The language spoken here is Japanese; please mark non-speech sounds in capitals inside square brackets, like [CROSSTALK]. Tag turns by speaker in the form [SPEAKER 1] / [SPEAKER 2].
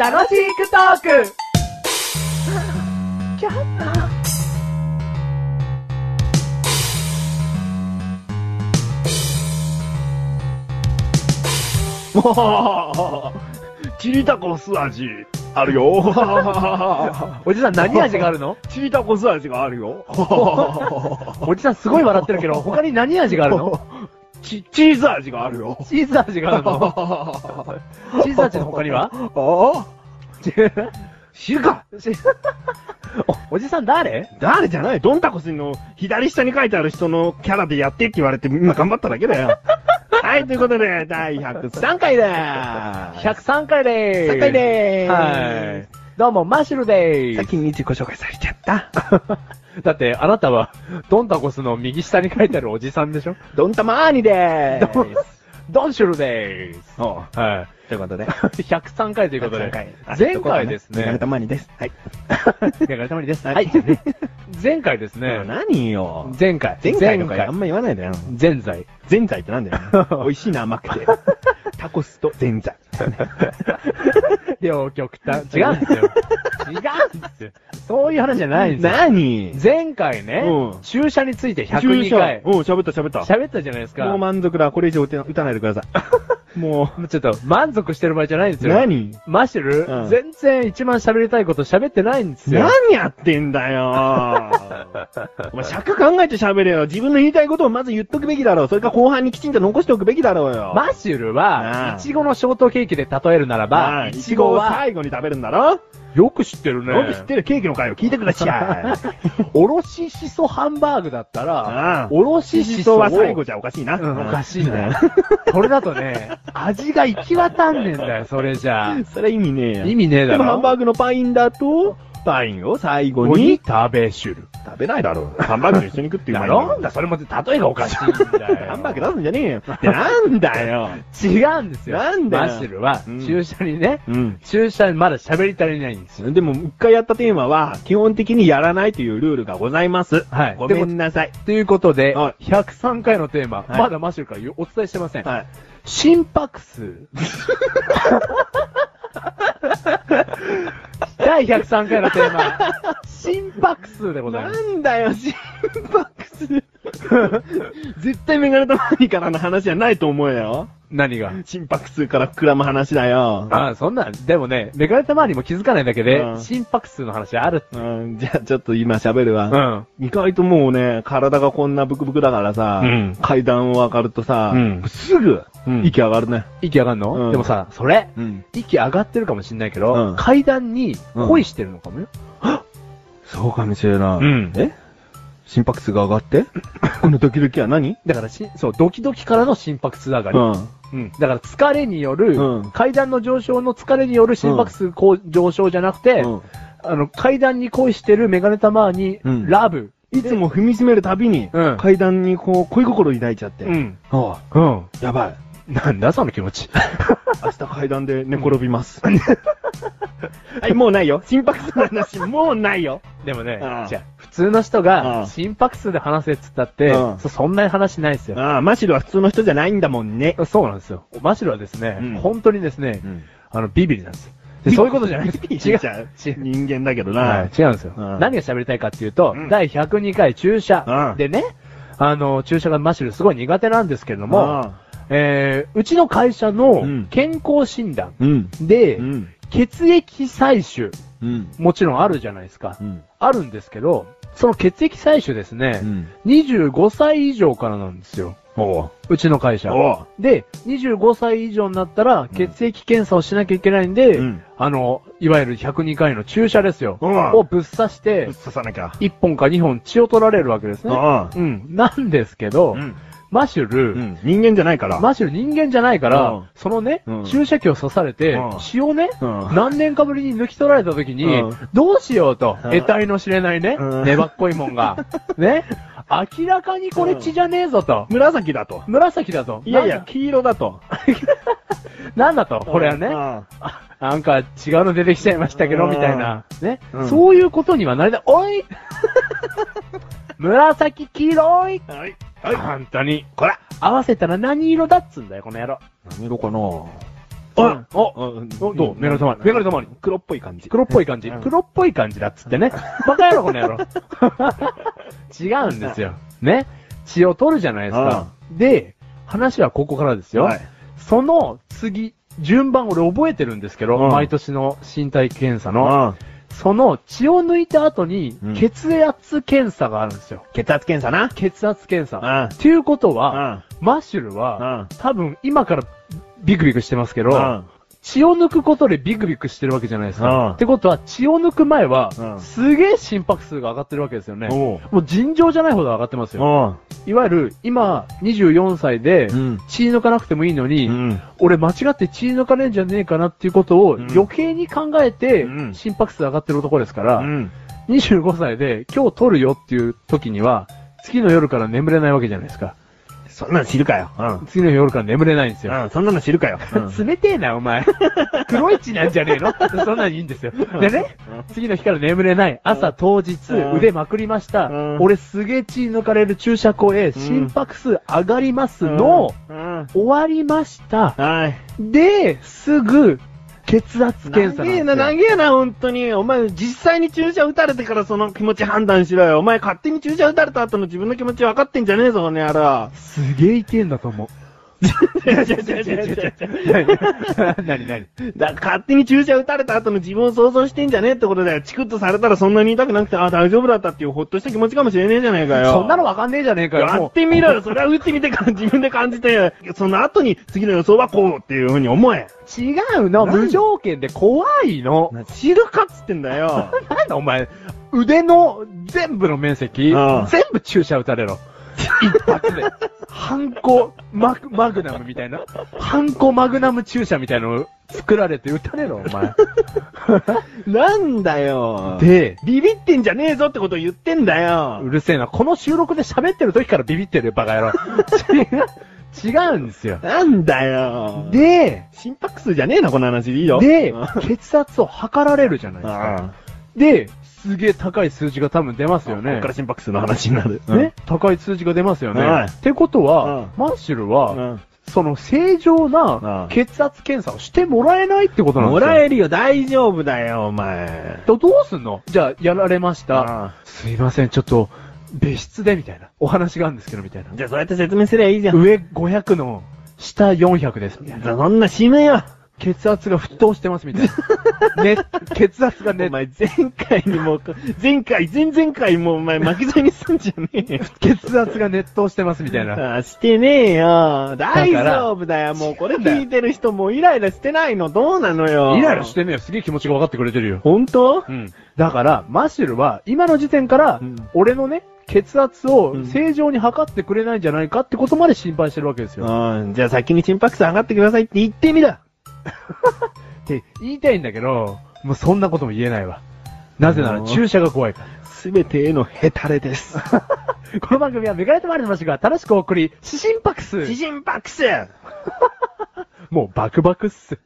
[SPEAKER 1] 楽しくトーク
[SPEAKER 2] もう、 [LAUGHS] チリタコス味、あるよ。
[SPEAKER 3] おじさん何味があるの
[SPEAKER 2] [LAUGHS] チリタコス味がある [LAUGHS] よ。
[SPEAKER 3] [LAUGHS] おじさんすごい笑ってるけど、他に何味があるの [LAUGHS]
[SPEAKER 2] チ、チーズ味があるよ。
[SPEAKER 3] チーズ味がある [LAUGHS] のチーズ味の他に [LAUGHS] は
[SPEAKER 2] [LAUGHS] あ知るか
[SPEAKER 3] [LAUGHS] おおじさん誰
[SPEAKER 2] 誰じゃないドンタコスの左下に書いてある人のキャラでやってって言われてみんな頑張っただけだ [LAUGHS] よ。はい、ということで、第103回だー
[SPEAKER 3] !103 回でーす
[SPEAKER 2] !103 回でーす
[SPEAKER 3] はい。どうも、マッシュルでーす
[SPEAKER 2] 先に自己紹介されちゃった。
[SPEAKER 3] だって、あなたは、ドンタコスの右下に書いてあるおじさんでしょ
[SPEAKER 2] [LAUGHS] ドンタマーニでーす
[SPEAKER 3] ドンシュルでーす。
[SPEAKER 2] [LAUGHS] おう
[SPEAKER 3] [LAUGHS] はい。
[SPEAKER 2] ということで。
[SPEAKER 3] 103回ということで
[SPEAKER 2] 103回。
[SPEAKER 3] 前回です
[SPEAKER 2] あそこかなメガネ
[SPEAKER 3] ね
[SPEAKER 2] た。まにです。はい。 [LAUGHS]
[SPEAKER 3] メガネたまりです。
[SPEAKER 2] はい
[SPEAKER 3] はい。前回ですね。
[SPEAKER 2] [LAUGHS] 何よ。
[SPEAKER 3] 前回。
[SPEAKER 2] 前回とかあ
[SPEAKER 3] 前
[SPEAKER 2] んま言わないでよ。
[SPEAKER 3] 前
[SPEAKER 2] [LAUGHS]
[SPEAKER 3] 回。
[SPEAKER 2] 前菜ってなんだ [LAUGHS] よ。美味しいな、甘くて。タコスと前菜。
[SPEAKER 3] 両極端。 [LAUGHS] 違うんですよ。違うんですよ。そういう話じゃないんですよ。
[SPEAKER 2] 何
[SPEAKER 3] 前回ね
[SPEAKER 2] う、ん
[SPEAKER 3] 注射について
[SPEAKER 2] 注
[SPEAKER 3] 102
[SPEAKER 2] 射
[SPEAKER 3] 回
[SPEAKER 2] うん、喋った喋った。
[SPEAKER 3] 喋ったじゃないです
[SPEAKER 2] も
[SPEAKER 3] か
[SPEAKER 2] う。満足だ。これ以上打て打たないでくださ [LAUGHS] い。も
[SPEAKER 3] ちょっと満足してる場合じゃないんです
[SPEAKER 2] う。
[SPEAKER 3] よ。
[SPEAKER 2] 何
[SPEAKER 3] マッシュル、
[SPEAKER 2] うん
[SPEAKER 3] 全然一番喋りたいこと喋ってないんですよ。
[SPEAKER 2] 何やってんだ [LAUGHS] よお前尺考えて喋れよ。自分の言いたいことをまず言っとくべきだろう。それか後半にきちんと残しておくべきだろうよ。
[SPEAKER 3] マッシュル
[SPEAKER 2] う
[SPEAKER 3] は、
[SPEAKER 2] ん
[SPEAKER 3] いちごのショートケーキで例えるなら
[SPEAKER 2] まあ、
[SPEAKER 3] ば、
[SPEAKER 2] い
[SPEAKER 3] い
[SPEAKER 2] ち
[SPEAKER 3] ち
[SPEAKER 2] ご
[SPEAKER 3] ご
[SPEAKER 2] を
[SPEAKER 3] は、
[SPEAKER 2] 最後に食べるんだろ
[SPEAKER 3] よく知ってる
[SPEAKER 2] よく知ってるケーキの回を聞いてくだ [LAUGHS] さい。
[SPEAKER 3] おろししそハンバーグだった
[SPEAKER 2] ああ
[SPEAKER 3] ら、おろし
[SPEAKER 2] シ
[SPEAKER 3] し
[SPEAKER 2] ソ
[SPEAKER 3] そを
[SPEAKER 2] は最後じゃおかしいな。
[SPEAKER 3] うん、おかしいんだよ。 [LAUGHS] これだとね、味が行き渡んねんだよ、それじゃあ。
[SPEAKER 2] それ意味ねえや。
[SPEAKER 3] 意味ねえだ
[SPEAKER 2] でもハン
[SPEAKER 3] ろ。
[SPEAKER 2] バーグのパインだと、パインを最後に
[SPEAKER 3] に食べしゅる。
[SPEAKER 2] 食べないだろう。ハンバーグと一緒に食ってうま
[SPEAKER 3] だ
[SPEAKER 2] い [LAUGHS]
[SPEAKER 3] ろ
[SPEAKER 2] よ
[SPEAKER 3] んだ、それも例えがおかしいんだよ。
[SPEAKER 2] ハンバーグ出すんじゃねえよ。でなんだよ。
[SPEAKER 3] 違うんですよ。
[SPEAKER 2] なんだよ
[SPEAKER 3] マッシュルは
[SPEAKER 2] うん、
[SPEAKER 3] 注射にね、
[SPEAKER 2] うん。
[SPEAKER 3] 注射まだ喋り足りないんですよ。
[SPEAKER 2] でも、一回やったテーマは、基本的にやらないというルールがございます。
[SPEAKER 3] はい
[SPEAKER 2] ごめんなさい。
[SPEAKER 3] ということで、
[SPEAKER 2] は
[SPEAKER 3] 103回のテーマ、
[SPEAKER 2] はい
[SPEAKER 3] まだマッシュルからお伝えしてません。
[SPEAKER 2] はい。
[SPEAKER 3] 心拍 [LAUGHS] 数。第103回のテーマ、心拍数でございま
[SPEAKER 2] な
[SPEAKER 3] す。
[SPEAKER 2] んだよ、心拍数。絶対メガネたまにからの話じゃないと思うよ。
[SPEAKER 3] 何が
[SPEAKER 2] 心拍数から膨らむ話だよ。
[SPEAKER 3] ああ、そんなん、でもね、メガネたまにも気づかないだけで、
[SPEAKER 2] うん
[SPEAKER 3] 心拍数の話ある。
[SPEAKER 2] うん、じゃあちょっと今喋るわ。
[SPEAKER 3] ん。
[SPEAKER 2] 意外ともうね、体がこんなブクブクだからさ、
[SPEAKER 3] うん
[SPEAKER 2] 階段を上がるとさ、
[SPEAKER 3] うん
[SPEAKER 2] すぐ
[SPEAKER 3] うん
[SPEAKER 2] 息上がるね。
[SPEAKER 3] 息上がんの、
[SPEAKER 2] うん
[SPEAKER 3] でもさ、それ、
[SPEAKER 2] うん。
[SPEAKER 3] 息上がってるかもしんないけど、
[SPEAKER 2] うん
[SPEAKER 3] 階段に恋してるのかもよ。
[SPEAKER 2] そうかもしれない。
[SPEAKER 3] うん
[SPEAKER 2] え心拍数が上がってこのドキドキは何
[SPEAKER 3] だからし、そう、ドキドキからの心拍数上がり。
[SPEAKER 2] ん。
[SPEAKER 3] うんだから疲れによる、
[SPEAKER 2] うん
[SPEAKER 3] 階段の上昇の疲れによる心拍数こう上昇じゃなくて、
[SPEAKER 2] うん
[SPEAKER 3] あの、階段に恋してるメガネたまに、
[SPEAKER 2] うん
[SPEAKER 3] ラブ。
[SPEAKER 2] いつも踏みしめるたびに、
[SPEAKER 3] うん
[SPEAKER 2] 階段にこう、恋心抱いちゃって。
[SPEAKER 3] ん。
[SPEAKER 2] あ
[SPEAKER 3] うん。
[SPEAKER 2] あ、やばい。
[SPEAKER 3] なんだその気持
[SPEAKER 2] [LAUGHS]
[SPEAKER 3] ち。
[SPEAKER 2] 明日階段で寝転
[SPEAKER 3] [LAUGHS]
[SPEAKER 2] びます。はい、もうないよ。心拍数の話、もうないよ。
[SPEAKER 3] でもね
[SPEAKER 2] うん、
[SPEAKER 3] じゃあ普通の人
[SPEAKER 2] う
[SPEAKER 3] が
[SPEAKER 2] ん
[SPEAKER 3] 心拍数で話せっつったって、
[SPEAKER 2] うん
[SPEAKER 3] そそんな話ないですよ。
[SPEAKER 2] ああ、マシルは普通の人じゃないんだもんね。
[SPEAKER 3] そうなんですよ。マシロはですね、
[SPEAKER 2] うん
[SPEAKER 3] 本当にですね、
[SPEAKER 2] ん。
[SPEAKER 3] あの、ビビリなんですよ。でそういうことじゃないです。
[SPEAKER 2] 違
[SPEAKER 3] 違
[SPEAKER 2] う
[SPEAKER 3] う。。
[SPEAKER 2] 人間だけど
[SPEAKER 3] は
[SPEAKER 2] な。
[SPEAKER 3] い違うんですよ。
[SPEAKER 2] うん
[SPEAKER 3] 何が喋りたいかっていうと、
[SPEAKER 2] うん
[SPEAKER 3] 第102回注
[SPEAKER 2] う
[SPEAKER 3] 射
[SPEAKER 2] ん
[SPEAKER 3] でね、あの、注射がマシュルすごい苦手なんですけれども、
[SPEAKER 2] も
[SPEAKER 3] えー、うちの会社
[SPEAKER 2] うん
[SPEAKER 3] の健康診断
[SPEAKER 2] う、うん。
[SPEAKER 3] で、
[SPEAKER 2] うん。
[SPEAKER 3] 血液採取、
[SPEAKER 2] うん。
[SPEAKER 3] もちろんあるじゃないですか。
[SPEAKER 2] うん。
[SPEAKER 3] あるんですけど、その血液採取ですね、25歳以上からなんですよ。
[SPEAKER 2] おう。
[SPEAKER 3] うちの会社。
[SPEAKER 2] おう。
[SPEAKER 3] で、25歳以上になったら、血液検査をしなきゃいけないんで、
[SPEAKER 2] うん
[SPEAKER 3] あの、いわゆる102回の注射ですよ。
[SPEAKER 2] うん
[SPEAKER 3] をぶっ刺して
[SPEAKER 2] ぶっ、刺さなきゃ。
[SPEAKER 3] 1本か2本血を取られるわけですね。
[SPEAKER 2] ああ
[SPEAKER 3] うん。なんですけど、
[SPEAKER 2] うん。
[SPEAKER 3] マシュル、
[SPEAKER 2] うん。人間じゃないから。
[SPEAKER 3] マシュル人間じゃないから、
[SPEAKER 2] うん
[SPEAKER 3] そのね、
[SPEAKER 2] うん
[SPEAKER 3] 注射器を刺されて、
[SPEAKER 2] うん
[SPEAKER 3] 血をね、
[SPEAKER 2] うん
[SPEAKER 3] 何年かぶりに抜き取られた時に、
[SPEAKER 2] うん
[SPEAKER 3] どうしようと、
[SPEAKER 2] うん
[SPEAKER 3] 得体の知れないね、
[SPEAKER 2] うん
[SPEAKER 3] 粘っこいもん
[SPEAKER 2] [LAUGHS]
[SPEAKER 3] が、ね、明らかにこれ血じゃねえぞと、
[SPEAKER 2] 紫だと。
[SPEAKER 3] 紫だと、
[SPEAKER 2] いやいや、黄色だと。
[SPEAKER 3] なんだ、なんだと、これはね、
[SPEAKER 2] うん
[SPEAKER 3] あなんか違うの出てきちゃいましたけど、
[SPEAKER 2] うん
[SPEAKER 3] みたいな、ね、
[SPEAKER 2] うん
[SPEAKER 3] そういうことにはなりたい。お
[SPEAKER 2] [LAUGHS]
[SPEAKER 3] い紫黄色い
[SPEAKER 2] はい。はい。
[SPEAKER 3] 本当に。
[SPEAKER 2] こら
[SPEAKER 3] 合わせたら何色だっつうんだよ、この野郎。
[SPEAKER 2] 何色かなあ
[SPEAKER 3] お、
[SPEAKER 2] お
[SPEAKER 3] おどうメガネたまり。メガネたまり。
[SPEAKER 2] 黒っぽい感じ。
[SPEAKER 3] 黒っぽい感じ
[SPEAKER 2] うん。
[SPEAKER 3] 黒っぽい感じだっつってね。バカ野郎、この野郎。 [LAUGHS] 違うんですよ。ね。血を取るじゃないですか。で、話はここからですよ。
[SPEAKER 2] はい
[SPEAKER 3] その次、順番俺覚えてるんですけど、
[SPEAKER 2] うん
[SPEAKER 3] 毎年の身体検査の。
[SPEAKER 2] うん
[SPEAKER 3] その血を抜いた後に
[SPEAKER 2] うん、
[SPEAKER 3] 血圧検査があるんですよ。
[SPEAKER 2] 血圧検査な。
[SPEAKER 3] 血圧検査。
[SPEAKER 2] うん
[SPEAKER 3] っていうことは、
[SPEAKER 2] うん
[SPEAKER 3] マッシュルは、
[SPEAKER 2] うん
[SPEAKER 3] 多分今からビクビクしてますけど、
[SPEAKER 2] うん
[SPEAKER 3] 血を抜くことでビクビクしてるわけじゃないです
[SPEAKER 2] うん
[SPEAKER 3] か。ってことは、血を抜く前は、
[SPEAKER 2] うん
[SPEAKER 3] すげえ心拍数が上がってるわけですよね。
[SPEAKER 2] おう
[SPEAKER 3] もう尋常じゃないほど上がってますよ。
[SPEAKER 2] おう
[SPEAKER 3] いわゆる、今、24歳で
[SPEAKER 2] うん、
[SPEAKER 3] 血抜かなくてもいいのに、
[SPEAKER 2] うん
[SPEAKER 3] 俺間違って血抜かねえんじゃねえかなっていうことを
[SPEAKER 2] うん
[SPEAKER 3] 余計に考えて
[SPEAKER 2] うん、
[SPEAKER 3] 心拍数上がってる男ですから、
[SPEAKER 2] うん
[SPEAKER 3] 25歳で今日取るよっていう時には、次の夜から眠れないわけじゃないですか。
[SPEAKER 2] そんなの知るかよ。うん
[SPEAKER 3] 次の夜から眠れないんですよ。
[SPEAKER 2] うん。そんなの知るかよ。うん
[SPEAKER 3] 冷てえな、お前。 [LAUGHS] 黒い血なんじゃねえのそんなにいいんですよ。 [LAUGHS] でね、次の日から眠れない。朝当日
[SPEAKER 2] うん、
[SPEAKER 3] 腕まくりました
[SPEAKER 2] うん。
[SPEAKER 3] 俺すげえ血抜かれる注射口へ、心拍数上がりますの、
[SPEAKER 2] うん
[SPEAKER 3] 終わりました。
[SPEAKER 2] はい。
[SPEAKER 3] で、すぐ、血圧検査
[SPEAKER 2] 長え
[SPEAKER 3] な
[SPEAKER 2] な、
[SPEAKER 3] んですよ
[SPEAKER 2] 長えな、本当に。お前、実際に注射打たれてからその気持ち判断しろよ。お前、勝手に注射打たれた後の自分の気持ち分かってんじゃねえぞ、この野 [LAUGHS] 郎。
[SPEAKER 3] すげえ痛えんだと思う。
[SPEAKER 2] 違う違う違う違う
[SPEAKER 3] [LAUGHS]
[SPEAKER 2] 違う
[SPEAKER 3] なになに
[SPEAKER 2] だから勝手に注射打たれた後の自分を想像してんじゃねえってことだよ。チクッとされたらそんなに痛くなくて、あ、大丈夫だったっていうほっとした気持ちかもしれねえじゃねえかよ。
[SPEAKER 3] そんなのわかんねえじゃねえかよ。
[SPEAKER 2] や
[SPEAKER 3] もう
[SPEAKER 2] ってみろよ。それは打ってみてから自分で感じて、その後に次の予想はこうっていうふうに思え。
[SPEAKER 3] 違うの、
[SPEAKER 2] なん
[SPEAKER 3] 無条件で怖いの。
[SPEAKER 2] 知るかっつってんだよ。
[SPEAKER 3] なんだお前、腕の全部の面積、
[SPEAKER 2] うん
[SPEAKER 3] 全部注射打たれ
[SPEAKER 2] [LAUGHS]
[SPEAKER 3] ろ。一発で。ハンコマグマグナムみたいな。ハンコマグナム注射みたいのを作られて打たれろ、お前。
[SPEAKER 2] [LAUGHS] なんだよで、
[SPEAKER 3] で、
[SPEAKER 2] ビビってんじゃねえぞってことを言ってんだよ
[SPEAKER 3] う。るせえな。この収録で喋ってる時からビビってるよ、バカ野郎。違う、違うんですよ。
[SPEAKER 2] なんだよで、
[SPEAKER 3] で、
[SPEAKER 2] 心拍数じゃねえな、この話。いいよ。
[SPEAKER 3] で
[SPEAKER 2] うん、
[SPEAKER 3] 血圧を測られるじゃないですか。
[SPEAKER 2] ああ
[SPEAKER 3] で、すげえ高い数字が多分出ますよ
[SPEAKER 2] こ
[SPEAKER 3] ね
[SPEAKER 2] っか。ら心拍数の話になる。
[SPEAKER 3] ね、高い数字が出ますよね。
[SPEAKER 2] はい
[SPEAKER 3] ってことは、
[SPEAKER 2] うん
[SPEAKER 3] マッシュル
[SPEAKER 2] う
[SPEAKER 3] は、
[SPEAKER 2] ん。
[SPEAKER 3] その正常
[SPEAKER 2] うん
[SPEAKER 3] な血圧検査をしてもらえないってことなんです
[SPEAKER 2] も
[SPEAKER 3] よ。
[SPEAKER 2] らえるよ、大丈夫だよ、お前。
[SPEAKER 3] とどうすんのじゃあ、やられました。
[SPEAKER 2] ああ
[SPEAKER 3] すいません、ちょっと、別室でみたいな。お話があるんですけど、みたいな。
[SPEAKER 2] じゃあ、そうやって説明すりゃいいじゃん。
[SPEAKER 3] 上500の下400です、みたいな。
[SPEAKER 2] そんな死ぬよ。
[SPEAKER 3] 血圧が沸騰してます、みたい
[SPEAKER 2] [LAUGHS]
[SPEAKER 3] な。ね、血圧がね
[SPEAKER 2] お、前、前回にも、前回、前々回も、お前、巻き添えにすんじゃね
[SPEAKER 3] [LAUGHS]
[SPEAKER 2] えよ。
[SPEAKER 3] 血圧が熱湯してます、みたいな。
[SPEAKER 2] あしてねえよ。大
[SPEAKER 3] だから
[SPEAKER 2] 丈夫だよ。もうこ
[SPEAKER 3] 違
[SPEAKER 2] れ
[SPEAKER 3] うんだよ
[SPEAKER 2] 聞いてる人もうイライラしてないのどうなのよ。
[SPEAKER 3] イライラしてねえよ。すげえ気持ちが分かってくれてるよ。
[SPEAKER 2] 本当
[SPEAKER 3] うん。だから、マッシュルは、今の時点から
[SPEAKER 2] うん、
[SPEAKER 3] 俺のね、血圧
[SPEAKER 2] う
[SPEAKER 3] を
[SPEAKER 2] ん
[SPEAKER 3] 正常に測ってくれないんじゃないかってことまで心配してるわけですよ。
[SPEAKER 2] うん。じゃあ先に心拍数上がってくださいって言ってみだ。
[SPEAKER 3] って言いたいんだけど、もうそんなことも言えないわ。なぜな
[SPEAKER 2] あ
[SPEAKER 3] ら
[SPEAKER 2] のー
[SPEAKER 3] 注射が怖いか
[SPEAKER 2] すべてへのヘタ
[SPEAKER 3] [LAUGHS]
[SPEAKER 2] レです。
[SPEAKER 3] ら。この番組はメガネとマリのマシュルが正しくお送り、死心拍数
[SPEAKER 2] 心拍数
[SPEAKER 3] もうバクバクっす。